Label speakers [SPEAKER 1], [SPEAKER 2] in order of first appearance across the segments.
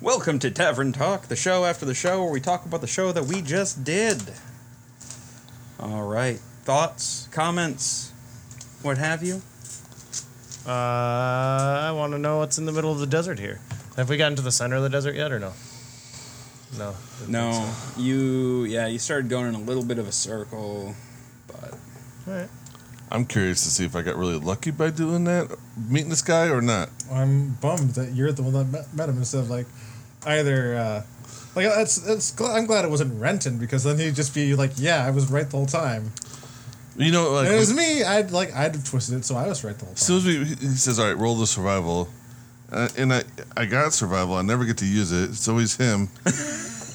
[SPEAKER 1] Welcome to Tavern Talk, the show after the show where we talk about the show that we just did. All right. Thoughts, comments, what have you?
[SPEAKER 2] Uh, I want to know what's in the middle of the desert here. Have we gotten to the center of the desert yet, or no? No.
[SPEAKER 1] No, you, yeah, you started going in a little bit of a circle, but
[SPEAKER 2] All right.
[SPEAKER 3] I'm curious to see if I got really lucky by doing that, meeting this guy or not.
[SPEAKER 4] I'm bummed that you're the one that met, met him instead of like either uh, like that's that's gl- I'm glad it wasn't Renton because then he'd just be like, yeah, I was right the whole time.
[SPEAKER 3] You know, like
[SPEAKER 4] And it was me. I'd like I'd have twisted it so I was right the whole
[SPEAKER 3] as
[SPEAKER 4] time.
[SPEAKER 3] soon as we, he says, "All right, roll the survival," uh, and I, I got survival. I never get to use it. It's always him.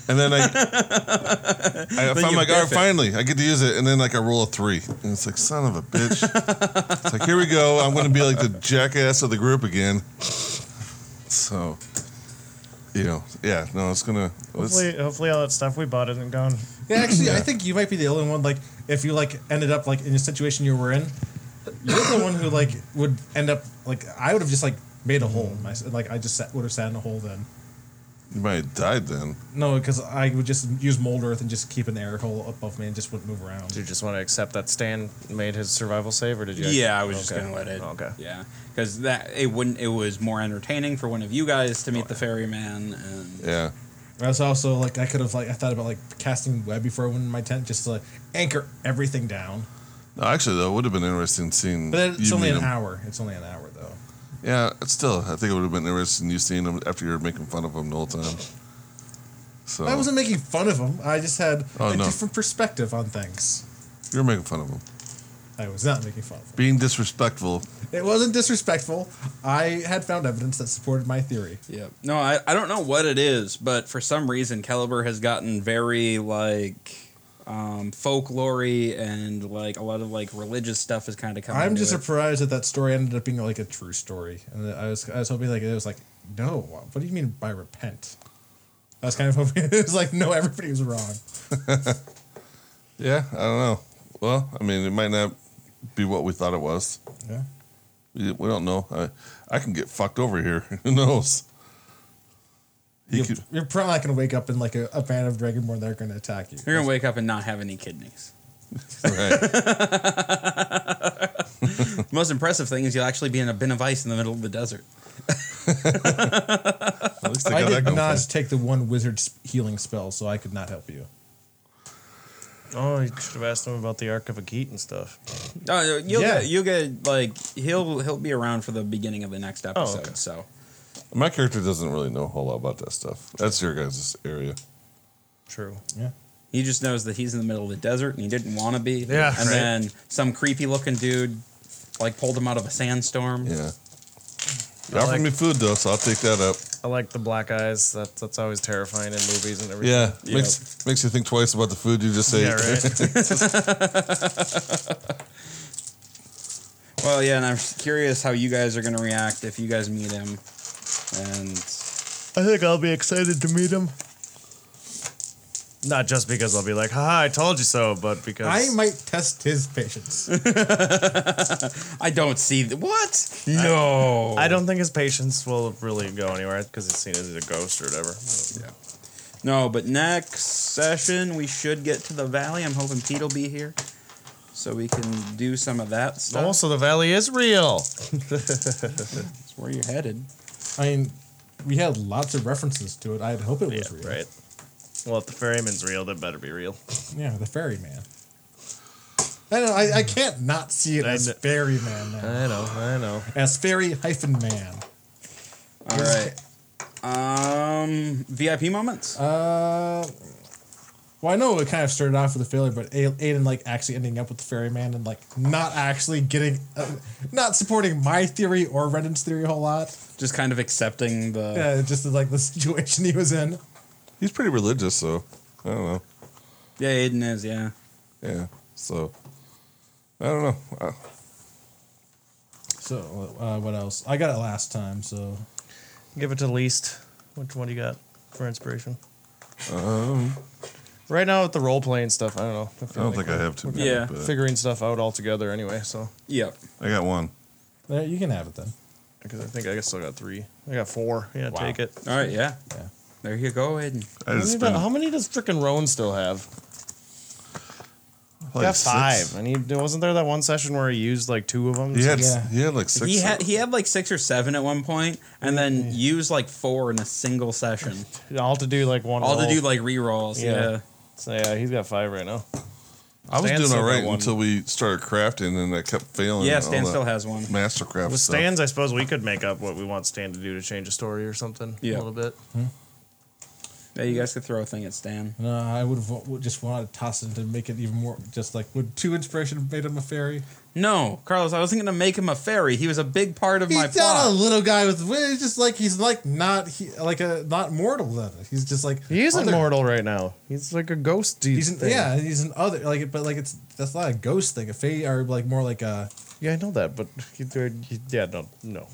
[SPEAKER 3] And then I, I found
[SPEAKER 1] you
[SPEAKER 3] like, all right,
[SPEAKER 1] biff it.
[SPEAKER 3] finally, I get to use it. And then like I roll a three, and it's like, son of a bitch. it's like, here we go. I'm gonna be like the jackass of the group again. So, you know, yeah, no, it's gonna. let's-
[SPEAKER 2] Hopefully, hopefully all that stuff we bought isn't gone.
[SPEAKER 4] yeah, actually, I
[SPEAKER 3] Yeah.
[SPEAKER 4] think you might be the only one. Like, if you like ended up like in the situation you were in, you're the one who like would end up like I would have just like made a hole. My, like I just sat, would have sat in a hole then.
[SPEAKER 3] you might have died then.
[SPEAKER 4] No, because I would just use mold earth and just keep an air hole above me and just wouldn't move around.
[SPEAKER 2] Do you just want to accept that Stan made his survival save, or did you?
[SPEAKER 1] yeah, I was just
[SPEAKER 2] Okay. Oh,
[SPEAKER 1] gonna let it.
[SPEAKER 2] Okay.
[SPEAKER 1] Yeah, because that it wouldn't. It was more entertaining for one of you guys to
[SPEAKER 2] Oh,
[SPEAKER 1] meet the ferryman, and
[SPEAKER 3] Yeah.
[SPEAKER 4] I was also like I could have like I thought about like casting web before I went in my tent just to like anchor everything down.
[SPEAKER 3] No, actually, that would have been interesting seeing.
[SPEAKER 4] But it's
[SPEAKER 3] you
[SPEAKER 4] only
[SPEAKER 3] meet him.
[SPEAKER 4] an hour. It's only an hour though.
[SPEAKER 3] Yeah, it's still, I think it would have been interesting you seeing him after you're making fun of him the whole time. So
[SPEAKER 4] I wasn't making fun of him. I just had
[SPEAKER 3] Oh,
[SPEAKER 4] a
[SPEAKER 3] no.
[SPEAKER 4] different perspective on things.
[SPEAKER 3] you're making fun of him,
[SPEAKER 4] I was not making fun of him.
[SPEAKER 3] being disrespectful.
[SPEAKER 4] It wasn't disrespectful. I had found evidence that supported my theory.
[SPEAKER 1] yeah. No, I I don't know what it is, but for some reason, Caliber has gotten very like. Um, folklory and like a lot of like religious stuff is kind of coming.
[SPEAKER 4] I'm
[SPEAKER 1] into
[SPEAKER 4] just
[SPEAKER 1] it.
[SPEAKER 4] surprised that that story ended up being like a true story, and I was I was hoping like it was like no. What do you mean by repent? I was kind of hoping it was like no, everybody was wrong.
[SPEAKER 3] Yeah, I don't know. Well, I mean, it might not be what we thought it was.
[SPEAKER 4] Yeah.
[SPEAKER 3] We, we don't know. I, I can get fucked over here. Who knows? He
[SPEAKER 4] You're,
[SPEAKER 3] could,
[SPEAKER 4] you're probably not going to wake up in like a, a band of dragonborn that are going to attack you.
[SPEAKER 1] You're gonna wake up and not have any kidneys.
[SPEAKER 3] right.
[SPEAKER 1] The most impressive thing is you'll actually be in a bin of ice in the middle of the desert.
[SPEAKER 3] At least they
[SPEAKER 4] I
[SPEAKER 3] got that
[SPEAKER 4] did
[SPEAKER 3] going.
[SPEAKER 4] not
[SPEAKER 3] for 'em.
[SPEAKER 4] take the one wizard s- healing spell, so I could not help you.
[SPEAKER 2] Oh, you should have asked him about the Ark of Akeet and stuff.
[SPEAKER 1] Oh, you'll
[SPEAKER 4] Yeah.
[SPEAKER 1] get, you'll get like he'll he'll be around for the beginning of the next episode.
[SPEAKER 2] okay.
[SPEAKER 1] So
[SPEAKER 3] My character doesn't really know a whole lot about that stuff. That's your guys' area.
[SPEAKER 2] True.
[SPEAKER 4] Yeah.
[SPEAKER 1] he just knows that he's in the middle of the desert and he didn't want to be.
[SPEAKER 2] Yeah,
[SPEAKER 1] And
[SPEAKER 2] right.
[SPEAKER 1] then some creepy looking dude like pulled him out of a sandstorm.
[SPEAKER 3] Yeah. They
[SPEAKER 2] I
[SPEAKER 3] offered
[SPEAKER 2] like-
[SPEAKER 3] me food though, so I'll take that up.
[SPEAKER 2] I like the black eyes. That, that's always terrifying in movies and everything.
[SPEAKER 3] Yeah,
[SPEAKER 1] Yeah.
[SPEAKER 3] makes makes you think twice about the food you just ate.
[SPEAKER 2] Yeah, right.
[SPEAKER 1] Well, yeah, and I'm curious how you guys are gonna react if you guys meet him. And
[SPEAKER 2] I think I'll be excited to meet him. Not just because I'll be like, haha, I told you so, but because
[SPEAKER 4] I might test his patience.
[SPEAKER 1] I don't see the, what? No.
[SPEAKER 2] I don't think his patience will really go anywhere because he's seen as a ghost or whatever.
[SPEAKER 1] No, but next session we should get to the valley. I'm hoping Pete'll be here. So we can do some of that stuff.
[SPEAKER 2] Also, the valley is real.
[SPEAKER 1] That's where you're headed.
[SPEAKER 4] I mean, we had lots of references to it. I'd hope it was real.
[SPEAKER 2] right. Well, if the ferryman's real, that better be real.
[SPEAKER 4] Yeah, the ferryman. I know. I, I can't not see it
[SPEAKER 2] I
[SPEAKER 4] as
[SPEAKER 2] kn- Uh.
[SPEAKER 4] ferryman now.
[SPEAKER 2] I know, I know.
[SPEAKER 4] As ferry hyphen man.
[SPEAKER 1] All right. Um, VIP moments.
[SPEAKER 4] Uh, well, I know it kind of started off with the failure, but A- Aiden like actually ending up with the ferryman and like not actually getting, uh, not supporting my theory or Renan's theory a whole lot.
[SPEAKER 1] Just kind of accepting the.
[SPEAKER 4] Yeah, just like the situation he was in.
[SPEAKER 3] He's pretty religious, so I don't know.
[SPEAKER 1] Yeah, Aiden is. Yeah.
[SPEAKER 3] Yeah, so I don't know. I,
[SPEAKER 4] So uh, what else? I got it last time, so
[SPEAKER 2] Give it to least. Which one do you got for inspiration? Right now with the role playing stuff, I don't know.
[SPEAKER 3] I don't think I have too many.
[SPEAKER 1] Yeah.
[SPEAKER 3] but
[SPEAKER 2] Figuring stuff out altogether anyway, so
[SPEAKER 1] Yep.
[SPEAKER 3] I got one.
[SPEAKER 4] there, you can have it then.
[SPEAKER 2] because I think I still got three. I got four. Yeah,
[SPEAKER 4] Wow.
[SPEAKER 2] take it.
[SPEAKER 1] All right. Yeah.
[SPEAKER 4] Yeah.
[SPEAKER 1] There you go, Aiden.
[SPEAKER 3] I just
[SPEAKER 2] How
[SPEAKER 3] spent
[SPEAKER 2] many, how many does frickin' Roan still have?
[SPEAKER 3] like
[SPEAKER 2] he got
[SPEAKER 3] six-
[SPEAKER 2] five, and he wasn't there that one session where he used like two of them.
[SPEAKER 3] He had,
[SPEAKER 4] Yeah.
[SPEAKER 3] he had like six.
[SPEAKER 1] he had he had like six or seven at one point, and then used like four in a single session.
[SPEAKER 2] all to do like one.
[SPEAKER 1] All
[SPEAKER 2] roll.
[SPEAKER 1] to do like re rolls.
[SPEAKER 2] Yeah.
[SPEAKER 1] yeah.
[SPEAKER 2] So yeah, he's got five right now.
[SPEAKER 3] I was
[SPEAKER 2] Stan
[SPEAKER 3] doing
[SPEAKER 2] still
[SPEAKER 3] all
[SPEAKER 2] got
[SPEAKER 3] right
[SPEAKER 2] one.
[SPEAKER 3] until we started crafting, and I kept failing.
[SPEAKER 1] Yeah,
[SPEAKER 3] and all
[SPEAKER 1] Stan
[SPEAKER 3] that
[SPEAKER 1] still has one.
[SPEAKER 3] Mastercraft
[SPEAKER 2] With
[SPEAKER 3] stuff.
[SPEAKER 2] Stan's, I suppose we could make up what we want Stan to do to change a story or something.
[SPEAKER 1] Yeah.
[SPEAKER 2] A little bit.
[SPEAKER 1] Yeah, you guys could throw a thing at Stan.
[SPEAKER 4] No, uh, I would vo- would just want to toss it to make it even more. Just like would two inspiration have made him a fairy?
[SPEAKER 1] No, Carlos, I wasn't gonna make him a fairy. He was a big part of my
[SPEAKER 4] He's not a
[SPEAKER 1] plot.
[SPEAKER 4] little guy with. He's just like he's like not he, like a not mortal. Then he's just like
[SPEAKER 2] He is
[SPEAKER 4] other-
[SPEAKER 2] immortal right now. He's like a ghost dude.
[SPEAKER 4] He's an,
[SPEAKER 2] thing.
[SPEAKER 4] yeah, he's an other like, but like it's that's not a ghost thing. If they are like more like a,
[SPEAKER 2] Yeah, I know that, but he- he- yeah, no, no.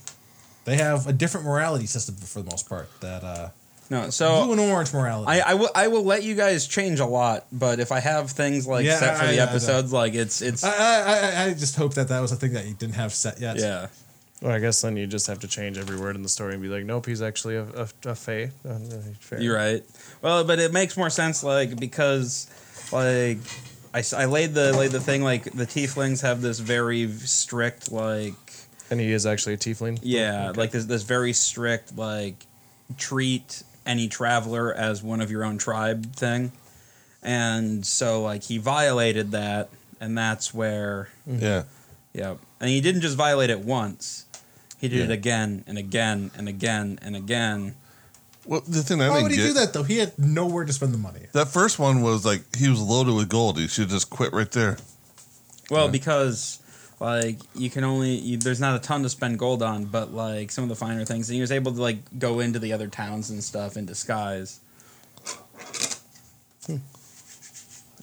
[SPEAKER 4] they have a different morality system for the most part. That uh,
[SPEAKER 1] No,
[SPEAKER 4] blue
[SPEAKER 1] so
[SPEAKER 4] and orange morality.
[SPEAKER 1] Oh, I, I will I will let you guys change a lot, but if I have things like
[SPEAKER 4] Yeah,
[SPEAKER 1] set for
[SPEAKER 4] I-
[SPEAKER 1] the
[SPEAKER 4] I- I-
[SPEAKER 1] episodes, like it's it's
[SPEAKER 4] I, I, I, I just hope that that was a thing that you didn't have set yet.
[SPEAKER 1] yeah.
[SPEAKER 2] Well, I guess then you just have to change every word in the story and be like, nope, he's actually a a, a fae. Uh, a fairy.
[SPEAKER 1] You're right. Well, but it makes more sense, like because, like, I, s- I laid the laid the thing like the tieflings have this very strict like oh,
[SPEAKER 2] And he is actually a tiefling.
[SPEAKER 1] yeah like this this very strict like treat any traveler as one of your own tribe thing, and so like he violated that, and that's where
[SPEAKER 3] yeah,
[SPEAKER 1] yeah, and he didn't just violate it once. He did it
[SPEAKER 3] Yeah.
[SPEAKER 1] again and again and again and again.
[SPEAKER 3] well, the thing I
[SPEAKER 4] Why
[SPEAKER 3] didn't
[SPEAKER 4] would he
[SPEAKER 3] get,
[SPEAKER 4] do that though? He had nowhere to spend the money.
[SPEAKER 3] That first one was like he was loaded with gold. He should just quit right there.
[SPEAKER 1] Well,
[SPEAKER 3] Yeah.
[SPEAKER 1] because like you can only you, there's not a ton to spend gold on, but like some of the finer things, and he was able to like go into the other towns and stuff in disguise.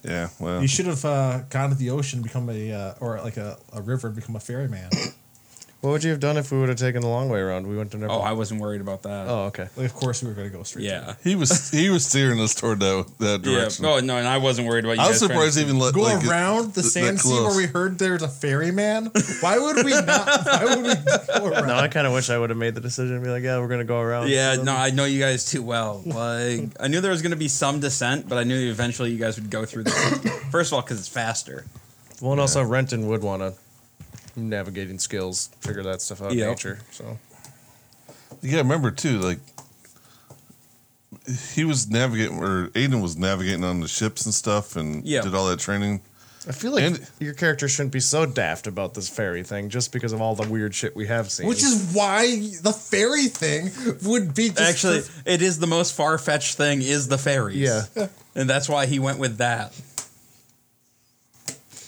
[SPEAKER 3] Yeah, well,
[SPEAKER 4] You should have uh, gone to the ocean, become a uh, or like a, a river, and become a ferryman.
[SPEAKER 2] What would you have done if we would have taken the long way around? We went to never.
[SPEAKER 1] Oh, I wasn't worried about that.
[SPEAKER 2] oh okay.
[SPEAKER 4] like, of course, we were going to go straight. to
[SPEAKER 1] yeah,
[SPEAKER 3] he was he was steering us toward that that
[SPEAKER 1] yeah.
[SPEAKER 3] direction.
[SPEAKER 1] Oh no, and I wasn't worried about you.
[SPEAKER 3] I was
[SPEAKER 1] guys trying to-
[SPEAKER 3] surprised he even let
[SPEAKER 4] go
[SPEAKER 3] like, it-
[SPEAKER 4] around the
[SPEAKER 3] th- that
[SPEAKER 4] sand sea where
[SPEAKER 3] close.
[SPEAKER 4] we heard there's a ferryman? Why would we not? Why would we go around?
[SPEAKER 2] No, I kind of wish I would have made the decision and be like, yeah, we're going to go around.
[SPEAKER 1] Yeah,
[SPEAKER 2] So-
[SPEAKER 1] no, I know you guys too well. Like, I knew there was going to be some dissent, but I knew eventually you guys would go through this. First of all, because it's faster.
[SPEAKER 2] Well, and also Renton would want to navigating skills, figure that stuff out in
[SPEAKER 1] Yep.
[SPEAKER 2] nature. So
[SPEAKER 3] Yeah, remember too, like he was navigating or Aiden was navigating on the ships and stuff, and
[SPEAKER 1] Yeah.
[SPEAKER 3] did all that training.
[SPEAKER 2] I feel like
[SPEAKER 3] And-
[SPEAKER 2] your character shouldn't be so daft about this fairy thing just because of all the weird shit we have seen.
[SPEAKER 4] Which is why the fairy thing would be just
[SPEAKER 1] Actually, it is the most far fetched thing. Is the fairies?
[SPEAKER 2] Yeah.
[SPEAKER 1] and that's why he went with that.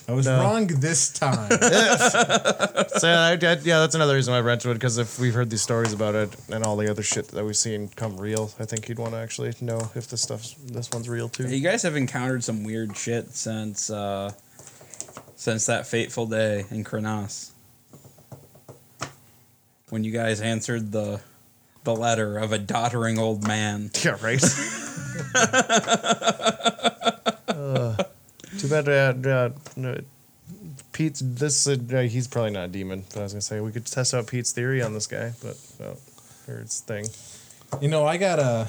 [SPEAKER 4] I was
[SPEAKER 2] No.
[SPEAKER 4] wrong this time.
[SPEAKER 2] so, yeah, I, I, yeah, that's another reason why Renton would because if we've heard these stories about it and all the other shit that we've seen come real, I think he'd want to actually know if this stuff's this one's real too.
[SPEAKER 1] You guys have encountered some weird shit since uh, since that fateful day in Krenas. When you guys answered the the letter of a doddering old man.
[SPEAKER 2] Yeah, right. Uh, too bad. Uh, uh, no, Pete's this. Uh, uh, he's probably not a demon. But I was gonna say we could test out Pete's theory on this guy, but no, or its thing.
[SPEAKER 4] you know, I got a.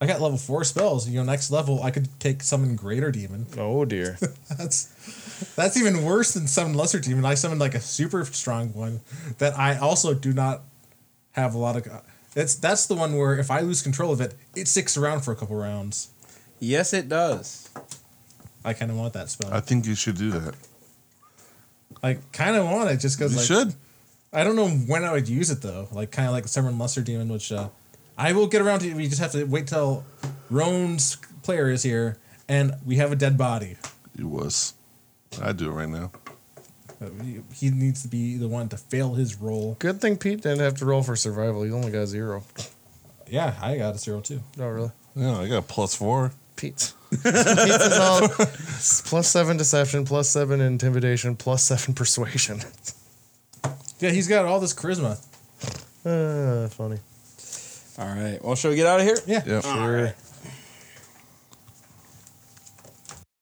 [SPEAKER 4] I got level four spells. You know, next level I could take summon greater demon.
[SPEAKER 2] Oh dear.
[SPEAKER 4] That's that's even worse than summon lesser demon. I summoned like a super strong one that I also do not have a lot of. That's that's the one where if I lose control of it, it sticks around for a couple rounds.
[SPEAKER 1] Yes, it does.
[SPEAKER 4] I kind of want that spell.
[SPEAKER 3] I think you should do that.
[SPEAKER 4] I kind of want it just because
[SPEAKER 3] You
[SPEAKER 4] like
[SPEAKER 3] should.
[SPEAKER 4] I don't know when I would use it though. Like kind of like Summon Lesser Demon, which uh, I will get around to. We just have to wait till Roan's player is here and we have a dead body.
[SPEAKER 3] It was. I do it right now.
[SPEAKER 4] Uh, he- He needs to be the one to fail his roll.
[SPEAKER 2] Good thing Pete didn't have to roll for survival. He only got zero.
[SPEAKER 4] Yeah, I got a zero too.
[SPEAKER 2] No, really.
[SPEAKER 3] Yeah, I got a plus four.
[SPEAKER 2] Pete. Pete's is all plus seven deception, plus seven intimidation, plus seven persuasion.
[SPEAKER 4] Yeah, he's got all this charisma.
[SPEAKER 2] Uh, funny.
[SPEAKER 1] All right. Well, shall we get out of here?
[SPEAKER 4] Yeah.
[SPEAKER 3] Yeah.
[SPEAKER 1] All right.